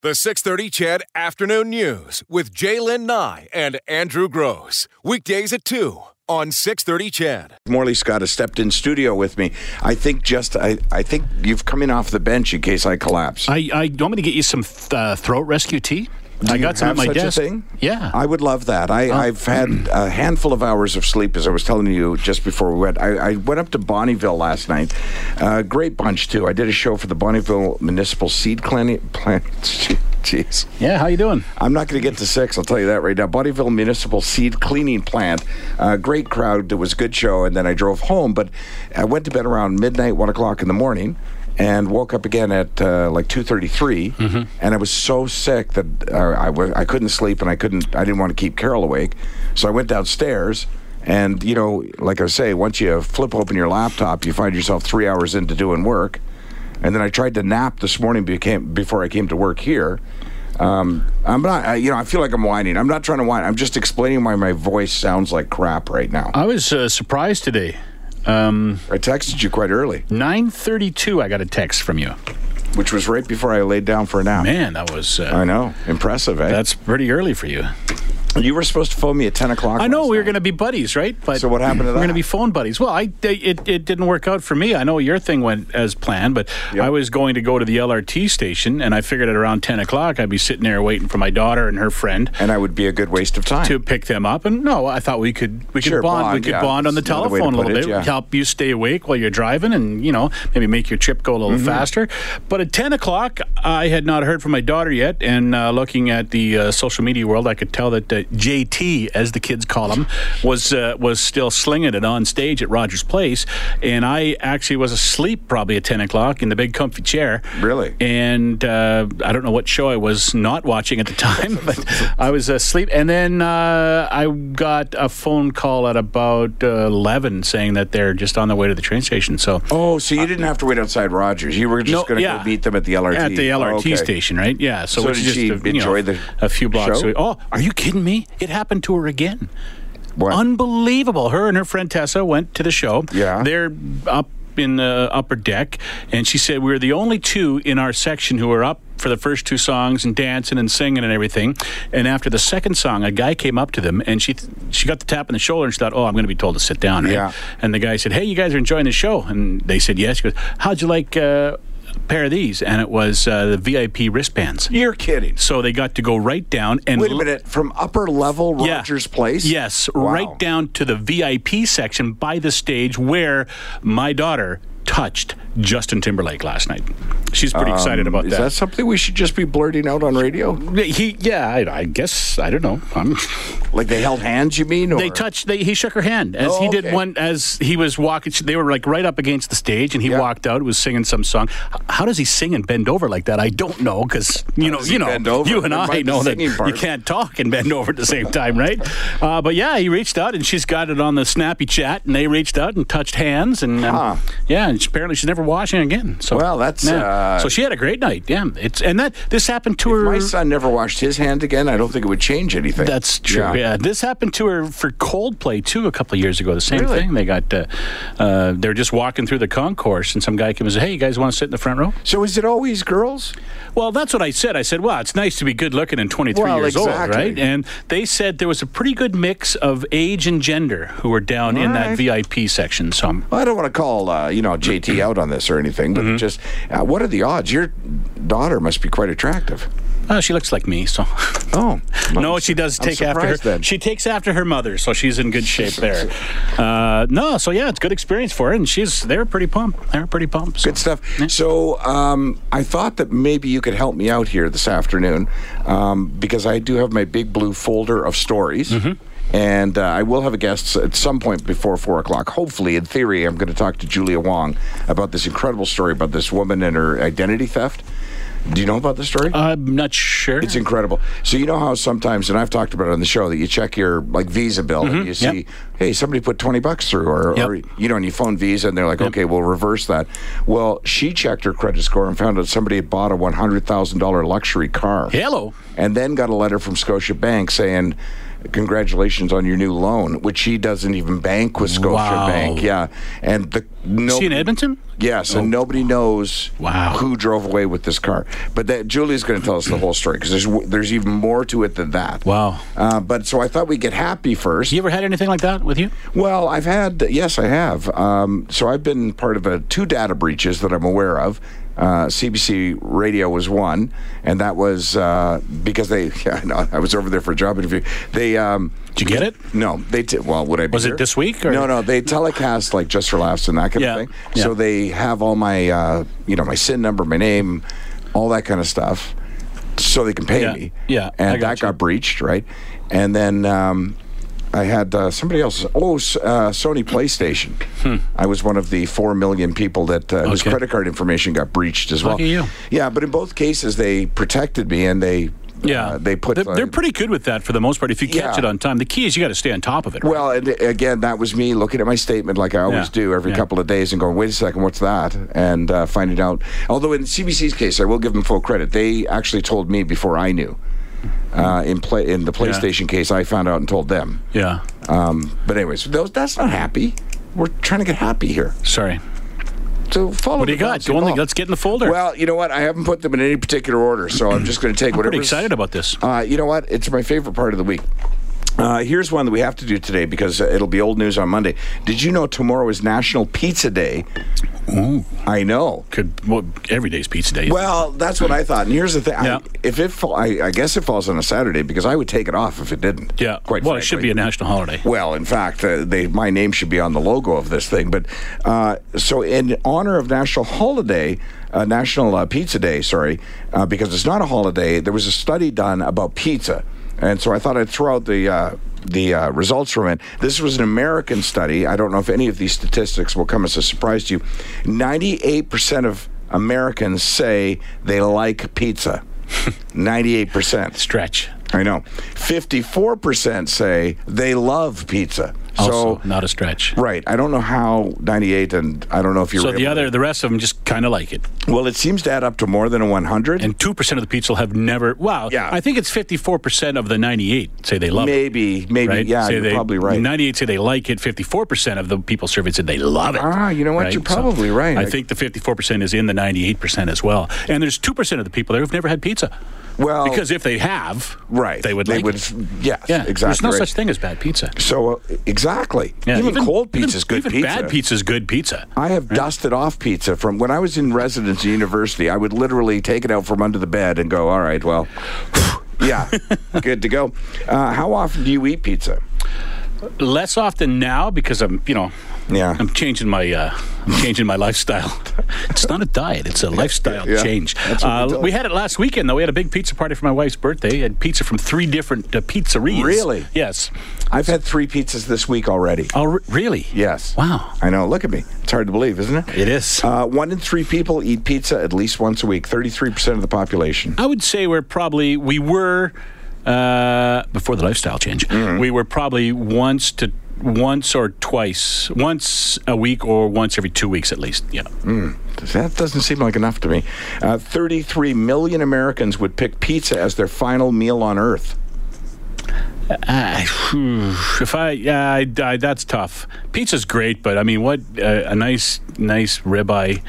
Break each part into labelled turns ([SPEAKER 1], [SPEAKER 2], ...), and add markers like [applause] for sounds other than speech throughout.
[SPEAKER 1] The 630 Chad Afternoon News with Jaylen Nye and Andrew Gross. Weekdays at 2 on 630 Chad.
[SPEAKER 2] Morley Scott has stepped in studio with me. I think just I, I think you've come in off the bench in case I collapse.
[SPEAKER 3] I, I want me to get you some uh, throat rescue tea.
[SPEAKER 2] Do
[SPEAKER 3] I
[SPEAKER 2] you
[SPEAKER 3] got some
[SPEAKER 2] have
[SPEAKER 3] at my
[SPEAKER 2] such
[SPEAKER 3] desk.
[SPEAKER 2] a thing?
[SPEAKER 3] Yeah. Oh.
[SPEAKER 2] I would love that. I, I've had a handful of hours of sleep, as I was telling you just before we went. I, I went up to Bonneville last night. Uh, great bunch too. I did a show for the Bonneville Municipal Seed Clinic. Plant. [laughs] Jeez.
[SPEAKER 3] yeah. How you doing?
[SPEAKER 2] I'm not going to get to six. I'll tell you that right now. Bonneville Municipal Seed Cleaning Plant. Uh, great crowd. It was a good show. And then I drove home, but I went to bed around midnight, one o'clock in the morning, and woke up again at uh, like two And I was so sick that uh, I w- I couldn't sleep, and I couldn't. I didn't want to keep Carol awake, so I went downstairs. And you know, like I say, once you flip open your laptop, you find yourself three hours into doing work. And then I tried to nap this morning became, before I came to work here. Um, I'm not, I, you know, I feel like I'm whining. I'm not trying to whine. I'm just explaining why my voice sounds like crap right now.
[SPEAKER 3] I was uh, surprised today. Um,
[SPEAKER 2] I texted you quite early,
[SPEAKER 3] 9:32. I got a text from you.
[SPEAKER 2] which was right before I laid down for a nap.
[SPEAKER 3] Man, that was uh,
[SPEAKER 2] I know, impressive, eh?
[SPEAKER 3] that's pretty early for you.
[SPEAKER 2] you were supposed to phone me at 10 o'clock.
[SPEAKER 3] I know
[SPEAKER 2] last
[SPEAKER 3] we were
[SPEAKER 2] night.
[SPEAKER 3] going to be buddies, right? But
[SPEAKER 2] So what happened to
[SPEAKER 3] We're going
[SPEAKER 2] that?
[SPEAKER 3] to be phone buddies. Well, I it, it didn't work out for me. I know your thing went as planned, but
[SPEAKER 2] Yep.
[SPEAKER 3] I was going to go to the LRT station, and I figured at around 10 o'clock I'd be sitting there waiting for my daughter and her friend.
[SPEAKER 2] And I would be a good waste of time.
[SPEAKER 3] to pick them up. And no, I thought we could we could
[SPEAKER 2] Sure,
[SPEAKER 3] bond, we
[SPEAKER 2] bond,
[SPEAKER 3] could
[SPEAKER 2] yeah,
[SPEAKER 3] bond on the
[SPEAKER 2] that's another way to
[SPEAKER 3] telephone a
[SPEAKER 2] put
[SPEAKER 3] little
[SPEAKER 2] it,
[SPEAKER 3] bit,
[SPEAKER 2] yeah.
[SPEAKER 3] help you stay awake while you're driving, and you know maybe make your trip go a
[SPEAKER 2] Mm-hmm.
[SPEAKER 3] little faster. But at ten o'clock, I had not heard from my daughter yet, and uh, looking at the uh, social media world, I could tell that uh, JT, as the kids call him, was uh, was still slinging it on stage at Rogers Place, and I actually was asleep probably at ten o'clock in the big comfy chair.
[SPEAKER 2] Really?
[SPEAKER 3] And uh, I don't know what show I was not watching at the time, [laughs] but I was asleep. And then uh, I got a phone call at about uh, 11 saying that they're just on their way to the train station. So.
[SPEAKER 2] oh, so you didn't have to wait outside Rogers. You were just
[SPEAKER 3] Uh, No,
[SPEAKER 2] going to
[SPEAKER 3] yeah.
[SPEAKER 2] go meet them at the LRT.
[SPEAKER 3] At the
[SPEAKER 2] Oh,
[SPEAKER 3] LRT
[SPEAKER 2] okay.
[SPEAKER 3] station, right? Yeah. So,
[SPEAKER 2] So
[SPEAKER 3] which
[SPEAKER 2] did
[SPEAKER 3] is just
[SPEAKER 2] she
[SPEAKER 3] a, you know,
[SPEAKER 2] enjoy the
[SPEAKER 3] a few blocks
[SPEAKER 2] show?
[SPEAKER 3] away. Oh, are you kidding me? It happened to her again.
[SPEAKER 2] What?
[SPEAKER 3] Unbelievable. Her and her friend Tessa went to the show.
[SPEAKER 2] Yeah.
[SPEAKER 3] They're up in the upper deck, and she said, We were the only two in our section who were up for the first two songs and dancing and singing and everything. And after the second song, a guy came up to them, and she she got the tap on the shoulder and she thought, Oh, I'm going to be told to sit down. right?"
[SPEAKER 2] Yeah.
[SPEAKER 3] And the guy said, Hey, you guys are enjoying the show. And they said, Yes. She goes, How'd you like. Uh, a Pair of these, and it was uh, the VIP wristbands.
[SPEAKER 2] You're kidding.
[SPEAKER 3] So they got to go right down and
[SPEAKER 2] Wait a
[SPEAKER 3] l-
[SPEAKER 2] minute. From upper level
[SPEAKER 3] yeah.
[SPEAKER 2] Rogers Place?
[SPEAKER 3] Yes,
[SPEAKER 2] Wow.
[SPEAKER 3] right down to the VIP section by the stage where my daughter touched Justin Timberlake last night. She's pretty excited about
[SPEAKER 2] Um, Is that something we should just be blurting out on radio?
[SPEAKER 3] He, yeah, I, I guess I don't know. I'm,
[SPEAKER 2] Like they held hands, you mean? Or?
[SPEAKER 3] they touched. They, he shook her hand as
[SPEAKER 2] Oh,
[SPEAKER 3] he did
[SPEAKER 2] okay.
[SPEAKER 3] one. As he was walking, they were like right up against the stage, and he
[SPEAKER 2] Yeah.
[SPEAKER 3] walked out. Was singing some song. H- How does he sing and bend over like that? I don't know because you know,
[SPEAKER 2] does he
[SPEAKER 3] you know,
[SPEAKER 2] bend over?
[SPEAKER 3] you and
[SPEAKER 2] There might
[SPEAKER 3] I
[SPEAKER 2] be
[SPEAKER 3] know that
[SPEAKER 2] singing
[SPEAKER 3] you
[SPEAKER 2] part.
[SPEAKER 3] can't talk and bend over at the same time,
[SPEAKER 2] [laughs]
[SPEAKER 3] right? Uh, but yeah, he reached out, and she's got it on the snappy chat, and they reached out and touched hands, and um,
[SPEAKER 2] Huh.
[SPEAKER 3] yeah, and she- apparently she's never washing again. So
[SPEAKER 2] Well, that's,
[SPEAKER 3] yeah.
[SPEAKER 2] uh,
[SPEAKER 3] so she had a great night. Yeah, it's and that this happened to her.
[SPEAKER 2] My son never washed his hand again. I don't think it would change anything.
[SPEAKER 3] That's true. Yeah. this happened to her for Coldplay too a couple of years ago. The same
[SPEAKER 2] Really?
[SPEAKER 3] thing. They got uh, uh, they were just walking through the concourse, and some guy came and said, "Hey, you guys want to sit in the front row?"
[SPEAKER 2] So is it always girls?
[SPEAKER 3] Well, that's what I said. I said, "Well, it's nice to be good looking and 23
[SPEAKER 2] Well,
[SPEAKER 3] years old,
[SPEAKER 2] exactly.
[SPEAKER 3] right?" And they said there was a pretty good mix of age and gender who were down in
[SPEAKER 2] right.
[SPEAKER 3] that VIP section. um, Some.
[SPEAKER 2] Well, I don't want to call uh, you know
[SPEAKER 3] Mm-hmm.
[SPEAKER 2] JT out on this or anything, but just uh, what are the odds? Your daughter must be quite attractive.
[SPEAKER 3] Oh, she looks like me, so. [laughs]
[SPEAKER 2] Oh
[SPEAKER 3] No, she does
[SPEAKER 2] I'm
[SPEAKER 3] take after her.
[SPEAKER 2] surprised then.
[SPEAKER 3] She takes after her mother, so she's in good shape there. Uh, no, so yeah, it's good experience for her, and she's they're pretty pumped. They're pretty pumped. so.
[SPEAKER 2] Good stuff. So um, I thought that maybe you could help me out here this afternoon um, because I do have my big blue folder of stories. And uh, I will have a guest at some point before four o'clock. Hopefully, in theory, I'm going to talk to Julia Wong about this incredible story about this woman and her identity theft. Do you know about this story?
[SPEAKER 3] I'm not sure.
[SPEAKER 2] It's incredible. So you know how sometimes, and I've talked about it on the show, that you check your like Visa bill and you see,
[SPEAKER 3] Mm-hmm. yep.
[SPEAKER 2] hey, somebody put twenty bucks through, or,
[SPEAKER 3] Yep.
[SPEAKER 2] or you know, and you phone Visa, and they're like, okay, we'll reverse that. Well, she checked her credit score and found out somebody had bought a one hundred thousand dollar luxury car,
[SPEAKER 3] Hello.
[SPEAKER 2] and then got a letter from Scotia Bank saying. congratulations on your new loan, which she doesn't even bank with Scotia Bank.
[SPEAKER 3] Wow.
[SPEAKER 2] Yeah, and the no.
[SPEAKER 3] Is she in Edmonton?
[SPEAKER 2] Yes, and nobody knows
[SPEAKER 3] Oh. Wow.
[SPEAKER 2] who drove away with this car. But that Julie's going to tell us the whole story because there's w- there's even more to it than that.
[SPEAKER 3] Wow.
[SPEAKER 2] Uh, but so I thought we'd get happy first.
[SPEAKER 3] You ever had anything like that with you?
[SPEAKER 2] Well, I've had yes, I have. Um, so I've been part of a, two data breaches that I'm aware of. Uh, CBC Radio was one, and that was uh, because they. [laughs] Yeah, I know. I was over there for a job interview. They. Um,
[SPEAKER 3] Did you get it?
[SPEAKER 2] no, they. T- well, would I? Be
[SPEAKER 3] Was it
[SPEAKER 2] here?
[SPEAKER 3] this week, or-
[SPEAKER 2] No, no. They telecast like just for laughs and that kind
[SPEAKER 3] Yeah,
[SPEAKER 2] of thing.
[SPEAKER 3] yeah.
[SPEAKER 2] So they have all my, uh, you know, my sin number, my name, all that kind of stuff, so they can pay
[SPEAKER 3] Yeah,
[SPEAKER 2] me.
[SPEAKER 3] yeah, I
[SPEAKER 2] and
[SPEAKER 3] got
[SPEAKER 2] that
[SPEAKER 3] you.
[SPEAKER 2] got breached, right? And then um, I had uh, somebody else. Oh, S- uh, Sony PlayStation. I was one of the four million people that uh, whose
[SPEAKER 3] Hmm. Okay.
[SPEAKER 2] credit card information got breached as well.
[SPEAKER 3] Lucky you.
[SPEAKER 2] Yeah, but in both cases, they protected me and they.
[SPEAKER 3] Yeah,
[SPEAKER 2] uh, they put.
[SPEAKER 3] They're,
[SPEAKER 2] uh,
[SPEAKER 3] they're pretty good with that for the most part. If you catch
[SPEAKER 2] Yeah.
[SPEAKER 3] it on time, the key is you got to stay on top of it. right?
[SPEAKER 2] Well, and again, that was me looking at my statement like I always
[SPEAKER 3] Yeah,
[SPEAKER 2] do every
[SPEAKER 3] yeah.
[SPEAKER 2] couple of days and going, wait a second, what's that? And uh, finding out. Although in CBC's case, I will give them full credit. They actually told me before I knew. Uh, in play in the PlayStation case, I found out and told them.
[SPEAKER 3] yeah.
[SPEAKER 2] Um, but anyways, those, that's not happy. We're trying to get happy here.
[SPEAKER 3] Sorry.
[SPEAKER 2] So follow.
[SPEAKER 3] What do you
[SPEAKER 2] the
[SPEAKER 3] got?
[SPEAKER 2] bouncy
[SPEAKER 3] Go on,
[SPEAKER 2] ball.
[SPEAKER 3] let's get in the folder.
[SPEAKER 2] Well, you know what? I haven't put them in any particular order, so I'm just going to take whatever.
[SPEAKER 3] Pretty excited about this.
[SPEAKER 2] Uh, you know what? It's my favorite part of the week. Uh, here's one that we have to do today because it'll be old news on Monday. Did you know tomorrow is National Pizza Day? I know.
[SPEAKER 3] Could well, every day's pizza day.
[SPEAKER 2] uh, Well, that's what I thought. And here's the thing: I-
[SPEAKER 3] Yeah.
[SPEAKER 2] if it, fall, I, I guess it falls on a Saturday because I would take it off if it didn't.
[SPEAKER 3] yeah.
[SPEAKER 2] quite.
[SPEAKER 3] well,
[SPEAKER 2] frankly.
[SPEAKER 3] it should be a national holiday.
[SPEAKER 2] Well, in fact, uh, they, my name should be on the logo of this thing. But uh, so, in honor of National Holiday, uh, National uh, Pizza Day, sorry, uh, because it's not a holiday, there was a study done about pizza, and so I thought I'd throw out the. Uh, the uh, results from it. This was an American study. I don't know if any of these statistics will come as a surprise to you. 98% of Americans say they like pizza. 98%.
[SPEAKER 3] Stretch.
[SPEAKER 2] I know. 54% say they love pizza.
[SPEAKER 3] Also,
[SPEAKER 2] so,
[SPEAKER 3] not a stretch.
[SPEAKER 2] right. I don't know how 98 and I don't know if you're
[SPEAKER 3] So the other, the rest of them just kind of like it,
[SPEAKER 2] Well, it seems to add up to more than a 100.
[SPEAKER 3] and two percent of the people have never. Wow.
[SPEAKER 2] Yeah.
[SPEAKER 3] I think it's fifty-four percent of the ninety-eight say they love it.
[SPEAKER 2] maybe, maybe.
[SPEAKER 3] Right?
[SPEAKER 2] Yeah,
[SPEAKER 3] Say
[SPEAKER 2] you're
[SPEAKER 3] they-
[SPEAKER 2] probably right.
[SPEAKER 3] 98 say they like it. 54% of the people surveyed said they love it.
[SPEAKER 2] Ah, you know what? You're
[SPEAKER 3] So
[SPEAKER 2] probably right.
[SPEAKER 3] I think the 54% is in the 98% as well. And there's 2% of the people there who've never had pizza.
[SPEAKER 2] Well,
[SPEAKER 3] because if they have,
[SPEAKER 2] Oh. right.
[SPEAKER 3] they would like it.
[SPEAKER 2] Yes,
[SPEAKER 3] Yeah,
[SPEAKER 2] exactly.
[SPEAKER 3] There's no
[SPEAKER 2] right.
[SPEAKER 3] such thing as bad pizza.
[SPEAKER 2] So, uh, exactly.
[SPEAKER 3] Yeah,
[SPEAKER 2] even, cold
[SPEAKER 3] even-
[SPEAKER 2] pizza is good
[SPEAKER 3] even
[SPEAKER 2] pizza.
[SPEAKER 3] bad pizza is good pizza.
[SPEAKER 2] I have dusted off pizza from when I was in residence at university. I would literally take it out from under the bed and go, all right, well, [laughs] yeah, good to go. Uh, how often do you eat pizza?
[SPEAKER 3] Less often now because I'm, you know,
[SPEAKER 2] Yeah.
[SPEAKER 3] I'm changing my, uh, I'm changing my lifestyle. [laughs] It's not a diet; it's a lifestyle
[SPEAKER 2] yeah.
[SPEAKER 3] change.
[SPEAKER 2] That's what they
[SPEAKER 3] Uh,
[SPEAKER 2] tell
[SPEAKER 3] we
[SPEAKER 2] us.
[SPEAKER 3] had it last weekend, though. We had a big pizza party for my wife's birthday. Had pizza from three different uh, pizzerias.
[SPEAKER 2] Really?
[SPEAKER 3] Yes.
[SPEAKER 2] I've had three pizzas this week already.
[SPEAKER 3] Oh, re- really?
[SPEAKER 2] Yes.
[SPEAKER 3] Wow.
[SPEAKER 2] I know. Look at me. It's hard to believe, isn't it?
[SPEAKER 3] It is.
[SPEAKER 2] Uh, one in three people eat pizza at least once a week. Thirty-three percent of the population.
[SPEAKER 3] I would say we're probably we were uh, before the lifestyle change.
[SPEAKER 2] Mm-hmm.
[SPEAKER 3] We were probably once to once or twice, once a week or once every two weeks at least. Yeah.
[SPEAKER 2] That doesn't seem like enough to me. Uh, Thirty-three million Americans would pick pizza as their final meal on Earth.
[SPEAKER 3] Uh, phew, if I, yeah, I, I, that's tough. Pizza's great, but I mean, what uh, a nice, nice ribeye,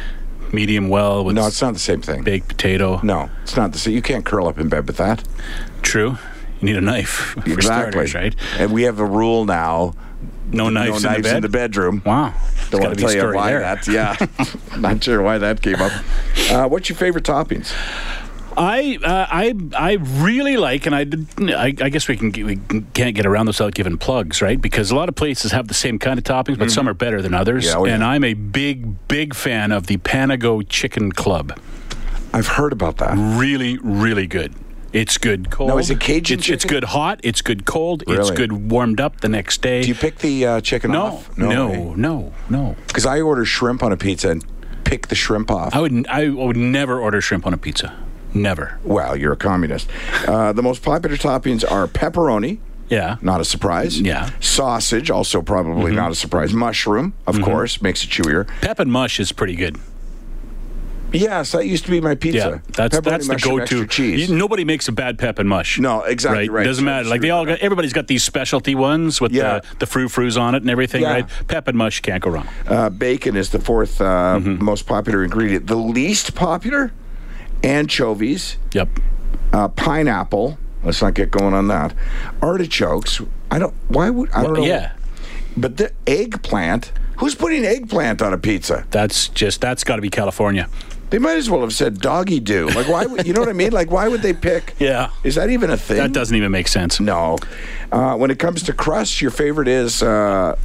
[SPEAKER 3] medium well with
[SPEAKER 2] No, it's not the same thing.
[SPEAKER 3] baked potato.
[SPEAKER 2] No, it's not the same. You can't curl up in bed with that.
[SPEAKER 3] True. You need a knife. [laughs] for
[SPEAKER 2] exactly.
[SPEAKER 3] starters, right.
[SPEAKER 2] And we have a rule now.
[SPEAKER 3] No
[SPEAKER 2] No
[SPEAKER 3] knives,
[SPEAKER 2] knives,
[SPEAKER 3] in, the bed.
[SPEAKER 2] bedroom. Don't
[SPEAKER 3] Wow. There's gotta
[SPEAKER 2] want
[SPEAKER 3] be
[SPEAKER 2] to
[SPEAKER 3] a
[SPEAKER 2] tell you
[SPEAKER 3] story
[SPEAKER 2] why
[SPEAKER 3] there.
[SPEAKER 2] that.
[SPEAKER 3] [laughs]
[SPEAKER 2] Yeah, [laughs] not sure why that came up. Uh, what's your favorite toppings?
[SPEAKER 3] I uh, I I really like, and I, didn't- I I guess we can we can't get around this without giving plugs, right? Because a lot of places have the same kind of toppings, but some are better than others.
[SPEAKER 2] Mm-hmm. Yeah, oh, yeah.
[SPEAKER 3] And I'm a big big fan of the Panago Chicken Club.
[SPEAKER 2] I've heard about that.
[SPEAKER 3] Really, really good. It's good cold.
[SPEAKER 2] is it Cajun
[SPEAKER 3] It's, it's
[SPEAKER 2] chicken?
[SPEAKER 3] good hot. It's good cold. It's
[SPEAKER 2] Really?
[SPEAKER 3] good warmed up the next day.
[SPEAKER 2] Do you pick the uh, chicken
[SPEAKER 3] no,
[SPEAKER 2] off?
[SPEAKER 3] no, no, no.
[SPEAKER 2] Because I order shrimp on a pizza and pick the shrimp off.
[SPEAKER 3] I would I would never order shrimp on a pizza. Never.
[SPEAKER 2] Well, you're a communist. Uh, the most popular toppings are pepperoni.
[SPEAKER 3] Yeah.
[SPEAKER 2] Not a surprise.
[SPEAKER 3] Yeah. Mm-hmm.
[SPEAKER 2] Sausage, also probably not a surprise. Mushroom, of course, makes it chewier.
[SPEAKER 3] Pep and mush is pretty good.
[SPEAKER 2] Yes, that used to be my pizza.
[SPEAKER 3] Yeah, that's
[SPEAKER 2] Pepperoni,
[SPEAKER 3] that's the
[SPEAKER 2] mushroom,
[SPEAKER 3] go-to.
[SPEAKER 2] extra cheese.
[SPEAKER 3] You- nobody makes a bad pep and mush.
[SPEAKER 2] No, exactly
[SPEAKER 3] Right,
[SPEAKER 2] right.
[SPEAKER 3] doesn't
[SPEAKER 2] So
[SPEAKER 3] matter. Like
[SPEAKER 2] screw
[SPEAKER 3] they all
[SPEAKER 2] it
[SPEAKER 3] got. Everybody's got these specialty ones with
[SPEAKER 2] Yeah.
[SPEAKER 3] the the frou frous on it and everything.
[SPEAKER 2] Yeah.
[SPEAKER 3] Right, pep and mush can't go wrong.
[SPEAKER 2] uh, bacon is the fourth uh,
[SPEAKER 3] Mm-hmm.
[SPEAKER 2] most popular ingredient. The least popular, anchovies,
[SPEAKER 3] Yep.
[SPEAKER 2] uh, pineapple. Let's not get going on that. Artichokes. I don't. Why would I don't know?
[SPEAKER 3] yeah.
[SPEAKER 2] But the eggplant. Who's putting eggplant on a pizza?
[SPEAKER 3] That's just that's got to be California.
[SPEAKER 2] They might as well have said doggy do. Like why? would you know what I mean? Like why would they pick?
[SPEAKER 3] [laughs] Yeah.
[SPEAKER 2] Is that even a thing?
[SPEAKER 3] That doesn't even make sense.
[SPEAKER 2] No. Uh, when it comes to crust, your favorite is uh,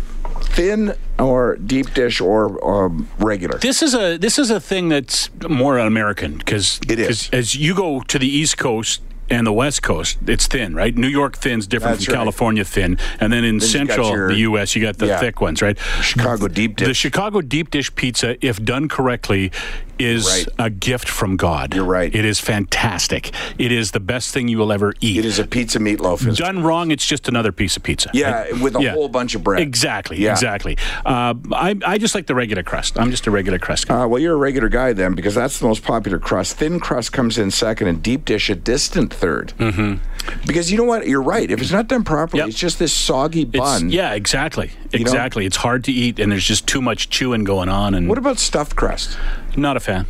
[SPEAKER 2] thin or deep dish or, or um, regular.
[SPEAKER 3] This is a this is a thing that's more American because
[SPEAKER 2] It is.
[SPEAKER 3] as you go to the East Coast and the West Coast, it's thin, right? New York thin's different
[SPEAKER 2] That's
[SPEAKER 3] from
[SPEAKER 2] right.
[SPEAKER 3] California thin, and then in
[SPEAKER 2] you got
[SPEAKER 3] Central
[SPEAKER 2] your-
[SPEAKER 3] the U.S. you got the
[SPEAKER 2] Yeah.
[SPEAKER 3] thick ones, right?
[SPEAKER 2] Chicago deep
[SPEAKER 3] The
[SPEAKER 2] dish.
[SPEAKER 3] Chicago deep dish pizza, if done correctly, is
[SPEAKER 2] Right.
[SPEAKER 3] a gift from God.
[SPEAKER 2] You're right.
[SPEAKER 3] It is fantastic. It is the best thing you will ever eat.
[SPEAKER 2] it is a pizza meatloaf. It's-
[SPEAKER 3] Done wrong, it's just another piece of pizza.
[SPEAKER 2] yeah,
[SPEAKER 3] right?
[SPEAKER 2] with a
[SPEAKER 3] Yeah.
[SPEAKER 2] whole bunch of bread.
[SPEAKER 3] Exactly,
[SPEAKER 2] Yeah.
[SPEAKER 3] exactly. Uh, I, I just like the regular crust. I'm just a regular crust guy.
[SPEAKER 2] Uh, well, you're a regular guy then, because that's the most popular crust. Thin crust comes in second, and deep dish a distant 3rd Mm-hmm. Because you know what? You're right. If it's not done properly,
[SPEAKER 3] Yep.
[SPEAKER 2] it's just this soggy
[SPEAKER 3] It's-
[SPEAKER 2] bun.
[SPEAKER 3] yeah, exactly.
[SPEAKER 2] know?
[SPEAKER 3] Exactly. It's hard to eat, and there's just too much chewing going on, and
[SPEAKER 2] What about stuffed crust?
[SPEAKER 3] not a fan.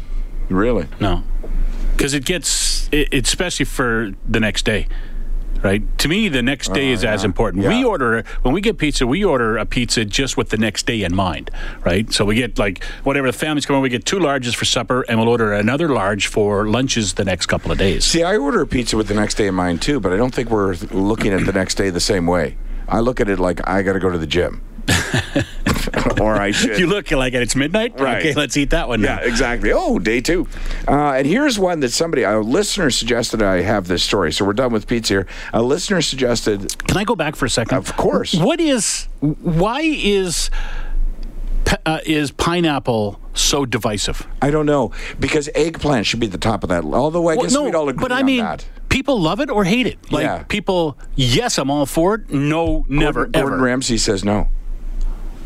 [SPEAKER 2] Really?
[SPEAKER 3] No, because it gets, it, it's especially for the next day, right? To me, the next day is as important.
[SPEAKER 2] Oh, Yeah.
[SPEAKER 3] We order when we get pizza, we order a pizza just with the next day in mind, right? So we get like whatever the family's coming, we get two larges for supper, and we'll order another large for lunches the next couple of days.
[SPEAKER 2] See, I order a pizza with the next day in mind too, but I don't think we're looking at the next day the same way. I look at it like I got to go to the gym, [laughs] or I should.
[SPEAKER 3] You look like it's midnight.
[SPEAKER 2] Right.
[SPEAKER 3] Okay, let's eat that one.
[SPEAKER 2] yeah,
[SPEAKER 3] now.
[SPEAKER 2] exactly. Oh, day two. Uh, and here's one that somebody, a listener, suggested I have this story. So we're done with pizza here. A listener suggested
[SPEAKER 3] Can I go back for a second?
[SPEAKER 2] Of course.
[SPEAKER 3] What is why is p- uh, is pineapple so divisive?
[SPEAKER 2] I don't know because eggplant should be the top of that. Although I guess
[SPEAKER 3] Well,
[SPEAKER 2] we'd all agree
[SPEAKER 3] but I
[SPEAKER 2] on
[SPEAKER 3] mean,
[SPEAKER 2] that.
[SPEAKER 3] people love it or hate it. Like
[SPEAKER 2] Yeah.
[SPEAKER 3] people, yes, I'm all for it. No, never,
[SPEAKER 2] Gordon,
[SPEAKER 3] ever.
[SPEAKER 2] Gordon Ramsay says no.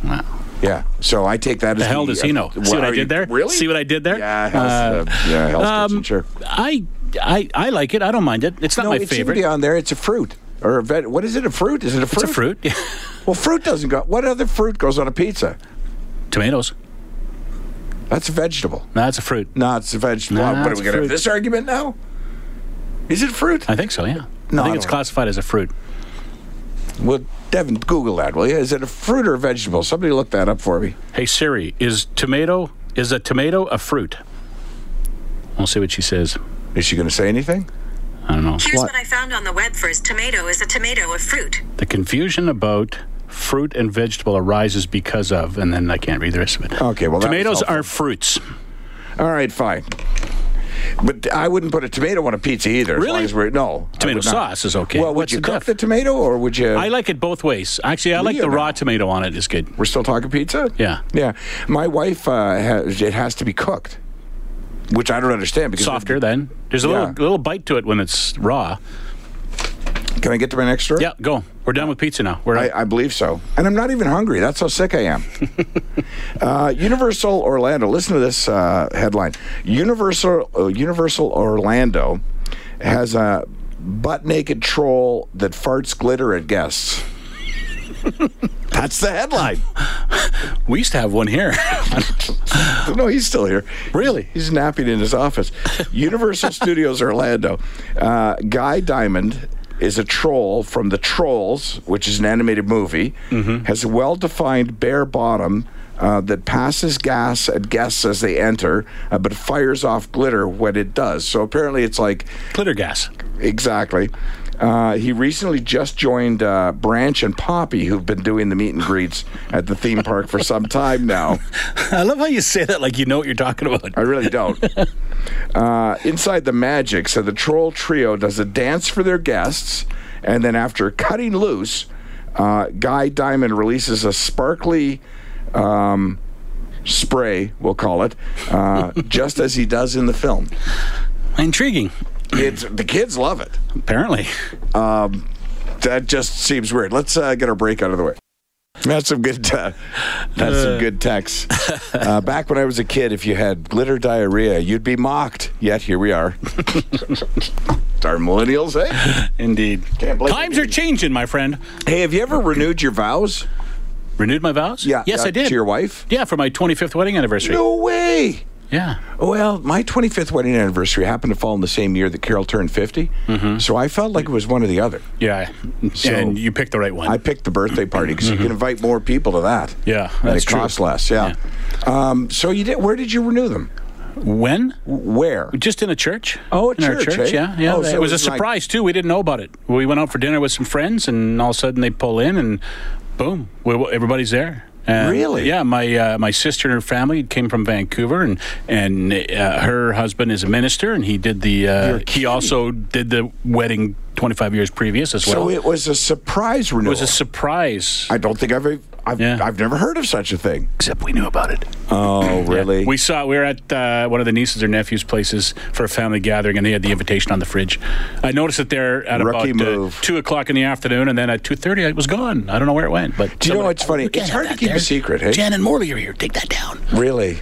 [SPEAKER 3] Wow.
[SPEAKER 2] Yeah, so I take that as
[SPEAKER 3] The hell does he know? See
[SPEAKER 2] Wow,
[SPEAKER 3] what I
[SPEAKER 2] are you-
[SPEAKER 3] did there?
[SPEAKER 2] Really?
[SPEAKER 3] See what I did there?
[SPEAKER 2] Yeah, Hell's, uh, yeah, Hell's Kitchen,
[SPEAKER 3] um,
[SPEAKER 2] sure.
[SPEAKER 3] I, I, I like it. I don't mind it. It's not
[SPEAKER 2] no,
[SPEAKER 3] my
[SPEAKER 2] it shouldn't
[SPEAKER 3] favorite.
[SPEAKER 2] be on there. It's a fruit or a veg. What is it? A fruit? Is it a fruit?
[SPEAKER 3] it's a fruit. [laughs]
[SPEAKER 2] Well, fruit doesn't go. What other fruit goes on a pizza?
[SPEAKER 3] Tomatoes.
[SPEAKER 2] That's a vegetable.
[SPEAKER 3] No, it's a fruit.
[SPEAKER 2] No, it's a vegetable.
[SPEAKER 3] No,
[SPEAKER 2] what are
[SPEAKER 3] it's
[SPEAKER 2] we going to
[SPEAKER 3] fruit.
[SPEAKER 2] have this argument now? Is it fruit?
[SPEAKER 3] I think so. Yeah.
[SPEAKER 2] No,
[SPEAKER 3] I
[SPEAKER 2] I
[SPEAKER 3] think it's
[SPEAKER 2] don't-
[SPEAKER 3] classified as a fruit.
[SPEAKER 2] Well, Devin, Google that, will you? Is it a fruit or a vegetable? Somebody look that up for me.
[SPEAKER 3] Hey Siri, is tomato is a tomato a fruit? We'll see what she says.
[SPEAKER 2] Is she going to say anything?
[SPEAKER 3] I don't know.
[SPEAKER 4] Here's what I found on the web for is tomato is a tomato a fruit.
[SPEAKER 3] The confusion about fruit and vegetable arises because of, and then I can't read the rest of it.
[SPEAKER 2] Okay, well, that was
[SPEAKER 3] tomatoes
[SPEAKER 2] helpful.
[SPEAKER 3] are fruits.
[SPEAKER 2] All right, fine. But I wouldn't put a tomato on a pizza either. as long
[SPEAKER 3] Really?
[SPEAKER 2] as we're- no. I
[SPEAKER 3] Tomato
[SPEAKER 2] would not.
[SPEAKER 3] sauce is okay.
[SPEAKER 2] Well, would
[SPEAKER 3] What's
[SPEAKER 2] you
[SPEAKER 3] the
[SPEAKER 2] cook
[SPEAKER 3] diff?
[SPEAKER 2] the tomato or would you?
[SPEAKER 3] I like it both ways. Actually, I like
[SPEAKER 2] you
[SPEAKER 3] the raw
[SPEAKER 2] know?
[SPEAKER 3] tomato on it is good.
[SPEAKER 2] We're still talking pizza?
[SPEAKER 3] Yeah.
[SPEAKER 2] Yeah. My wife, uh, has, it has to be cooked, which I don't understand because.
[SPEAKER 3] Softer then. There's a
[SPEAKER 2] Yeah.
[SPEAKER 3] little little bite to it when it's raw.
[SPEAKER 2] Can I get to my next story?
[SPEAKER 3] Yeah, go. We're done with pizza now. We're done.
[SPEAKER 2] I, I believe so. And I'm not even hungry. That's how sick I [laughs] am. uh, Universal Orlando. Listen to this uh, headline Universal, uh, Universal Orlando has a butt naked troll that farts glitter at [laughs] guests. That's the headline.
[SPEAKER 3] we used to have one here. [laughs]
[SPEAKER 2] No, he's still here.
[SPEAKER 3] Really?
[SPEAKER 2] He's napping in his office. Universal Studios Orlando. Uh, Guy Diamond is a troll from The Trolls, which is an animated movie, has a well defined bare bottom. Uh, that passes gas at guests as they enter, uh, but fires off glitter when it does. So apparently, it's like
[SPEAKER 3] Glitter gas. [laughs]
[SPEAKER 2] Exactly. Uh, he recently just joined uh, Branch and Poppy, who've been doing the meet and greets at the theme park for some time now.
[SPEAKER 3] I love how you say that like you know what you're talking about.
[SPEAKER 2] I really don't. uh, inside the magic, so the troll trio does a dance for their guests, and then after cutting loose, uh, Guy Diamond releases a sparkly um, spray, we'll call it, uh, just as he does in the film.
[SPEAKER 3] Intriguing,
[SPEAKER 2] It's the kids love it.
[SPEAKER 3] apparently.
[SPEAKER 2] Um, That just seems weird. Let's uh, get our break out of the way. That's some good. Uh, that's some good [laughs] texts. Uh, back when I was a kid, if you had glitter diarrhea, you'd be mocked. Yet here we [laughs] are. Our millennials, eh?
[SPEAKER 3] Indeed.
[SPEAKER 2] Can't believe
[SPEAKER 3] Times
[SPEAKER 2] it.
[SPEAKER 3] are changing, my friend.
[SPEAKER 2] Hey, have you ever renewed your vows?
[SPEAKER 3] Renewed my vows?
[SPEAKER 2] Yeah,
[SPEAKER 3] Yes,
[SPEAKER 2] uh,
[SPEAKER 3] I did.
[SPEAKER 2] to your wife?
[SPEAKER 3] Yeah, for my 25th wedding anniversary.
[SPEAKER 2] No way.
[SPEAKER 3] Yeah.
[SPEAKER 2] Well, my 25th wedding anniversary happened to fall in the same year that Carol turned 50,
[SPEAKER 3] Mm-hmm.
[SPEAKER 2] so I felt like it was one or the other.
[SPEAKER 3] Yeah.
[SPEAKER 2] So-
[SPEAKER 3] and you picked the right one.
[SPEAKER 2] I picked the birthday party because you can invite more people to that.
[SPEAKER 3] Mm-hmm. Yeah,
[SPEAKER 2] and
[SPEAKER 3] that's
[SPEAKER 2] it
[SPEAKER 3] true.
[SPEAKER 2] costs less. Yeah. Um, so you did. Where did you renew them?
[SPEAKER 3] when?
[SPEAKER 2] Where?
[SPEAKER 3] Just in a church.
[SPEAKER 2] Oh, a
[SPEAKER 3] in our
[SPEAKER 2] church,
[SPEAKER 3] church.
[SPEAKER 2] eh?
[SPEAKER 3] Yeah, yeah.
[SPEAKER 2] Oh, so
[SPEAKER 3] it
[SPEAKER 2] it
[SPEAKER 3] was,
[SPEAKER 2] was
[SPEAKER 3] a
[SPEAKER 2] like-
[SPEAKER 3] surprise too. We didn't know about it. We went out for dinner with some friends, and all of a sudden they pull in, and boom, we, everybody's there. And,
[SPEAKER 2] Really?
[SPEAKER 3] Yeah. My uh, my sister and her family came from Vancouver, and and uh, her husband is a minister, and he did the uh, he also did the wedding 25 years previous as well.
[SPEAKER 2] So it was a surprise renewal.
[SPEAKER 3] It was a surprise.
[SPEAKER 2] I don't think I've ever- I've,
[SPEAKER 3] Yeah.
[SPEAKER 2] I've never heard of such a thing.
[SPEAKER 3] Except we knew about it.
[SPEAKER 2] Oh, really?
[SPEAKER 3] We saw we were at uh, one of the nieces or nephews' places for a family gathering, and they had the invitation on the fridge. I noticed it there at
[SPEAKER 2] Rookie
[SPEAKER 3] about uh,
[SPEAKER 2] move.
[SPEAKER 3] two o'clock in the afternoon, and then at two thirty, it was gone. I don't know where it went. But
[SPEAKER 2] Do you know
[SPEAKER 3] somebody-
[SPEAKER 2] what's funny?
[SPEAKER 3] You can't
[SPEAKER 2] It's
[SPEAKER 3] have
[SPEAKER 2] hard to
[SPEAKER 3] that
[SPEAKER 2] keep a
[SPEAKER 3] there.
[SPEAKER 2] secret, hey?
[SPEAKER 3] Jan and Morley are here. Take that down.
[SPEAKER 2] Really?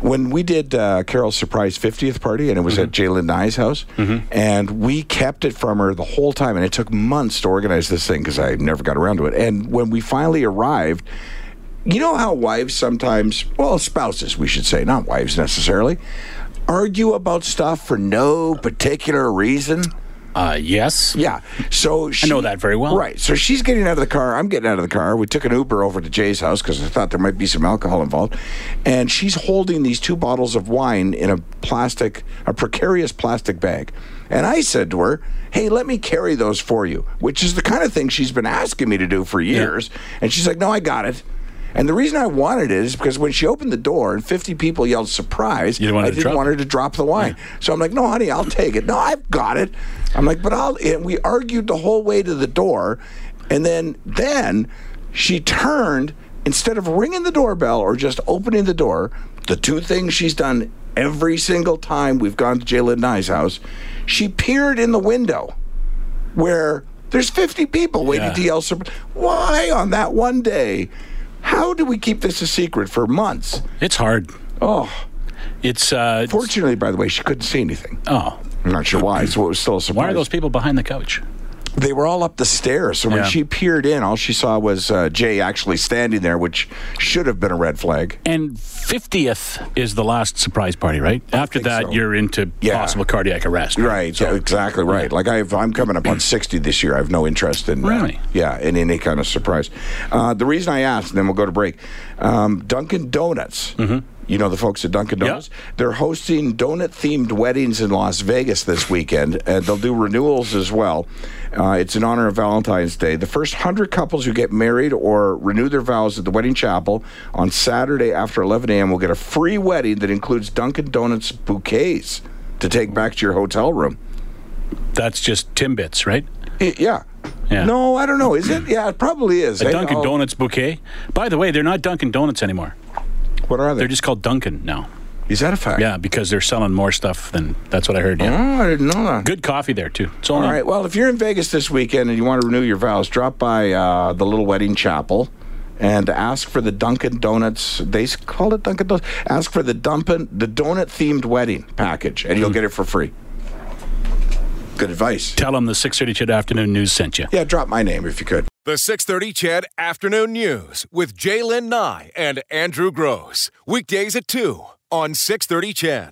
[SPEAKER 2] When we did uh, Carol's surprise 50th party, and it was at Jalen Nye's house, and we kept it from her the whole time, and it took months to organize this thing because I never got around to it. And when we finally arrived, you know how wives sometimes, well, spouses, we should say, not wives necessarily, argue about stuff for no particular reason?
[SPEAKER 3] Uh, yes.
[SPEAKER 2] Yeah. So she,
[SPEAKER 3] know that very well.
[SPEAKER 2] Right. So she's getting out of the car. I'm getting out of the car. We took an Uber over to Jay's house because I thought there might be some alcohol involved. And she's holding these two bottles of wine in a plastic, a precarious plastic bag. And I said to her, Hey, let me carry those for you, which is the kind of thing she's been asking me to do for years. And she's like, No, I got it. And the reason I wanted it is because when she opened the door and 50 people yelled surprise,
[SPEAKER 3] You didn't want
[SPEAKER 2] I
[SPEAKER 3] her to
[SPEAKER 2] didn't
[SPEAKER 3] drop
[SPEAKER 2] want her to drop the wine. So I'm like, no, honey, I'll take it. No, I've got it. I'm like, but I'll. And we argued the whole way to the door, and then then she turned instead of ringing the doorbell or just opening the door. The two things she's done every single time we've gone to Jaylen Nye's house, she peered in the window where there's 50 people waiting
[SPEAKER 3] Yeah.
[SPEAKER 2] to yell surprise. Why on that one day? How do we keep this a secret for months?
[SPEAKER 3] It's hard.
[SPEAKER 2] Oh,
[SPEAKER 3] It's uh,
[SPEAKER 2] Fortunately, by the way, she couldn't see anything.
[SPEAKER 3] oh.
[SPEAKER 2] I'm not sure why, so it was still a surprise.
[SPEAKER 3] Why are those people behind the couch?
[SPEAKER 2] They were all up the stairs, so when
[SPEAKER 3] Yeah.
[SPEAKER 2] she peered in, all she saw was uh, Jay actually standing there, which should have been a red flag.
[SPEAKER 3] And fiftieth is the last surprise party, right? After
[SPEAKER 2] think
[SPEAKER 3] that,
[SPEAKER 2] so.
[SPEAKER 3] you're into
[SPEAKER 2] Yeah.
[SPEAKER 3] possible cardiac arrest.
[SPEAKER 2] Right, yeah, exactly right. Like I have, I'm coming up on 60 this year. I have no interest in uh,
[SPEAKER 3] Really?
[SPEAKER 2] yeah, in any kind of surprise. Uh, the reason I asked, and then we'll go to break. Um, Dunkin' Donuts. You know the folks at Dunkin'
[SPEAKER 3] Mm-hmm. Yeah.
[SPEAKER 2] Donuts. They're hosting donut-themed weddings in Las Vegas this weekend, and they'll do renewals as well. Uh, it's in honor of Valentine's Day. The first hundred couples who get married or renew their vows at the wedding chapel on Saturday after 11 a.m. will get a free wedding that includes Dunkin' Donuts bouquets to take back to your hotel room.
[SPEAKER 3] That's just Timbits, right?
[SPEAKER 2] I- yeah.
[SPEAKER 3] Yeah.
[SPEAKER 2] No, I don't know. Is it? Yeah, it probably is. oh,
[SPEAKER 3] A
[SPEAKER 2] I-
[SPEAKER 3] Dunkin'
[SPEAKER 2] I'll-
[SPEAKER 3] Donuts bouquet. By the way, they're not Dunkin' Donuts anymore.
[SPEAKER 2] What are they?
[SPEAKER 3] They're just called Dunkin' now.
[SPEAKER 2] Is that a fact?
[SPEAKER 3] Yeah, because they're selling more stuff than that's what I heard. Yeah.
[SPEAKER 2] Oh, I didn't know that.
[SPEAKER 3] Good coffee there too. It's only
[SPEAKER 2] All right. Well, if you're in Vegas this weekend and you want to renew your vows, drop by uh, the Little Wedding Chapel and ask for the Dunkin' Donuts. They s- call it Dunkin' Donuts. Ask for the Dumpin' the donut themed wedding package, and you'll
[SPEAKER 3] Hmm.
[SPEAKER 2] get it for free. Good advice.
[SPEAKER 3] tell them the 6:30 Chid afternoon news sent you.
[SPEAKER 2] Yeah, drop my name if you could.
[SPEAKER 1] The 630 Chad Afternoon News with Jaylen Nye and Andrew Gross. Weekdays at 2 on 630 Chad.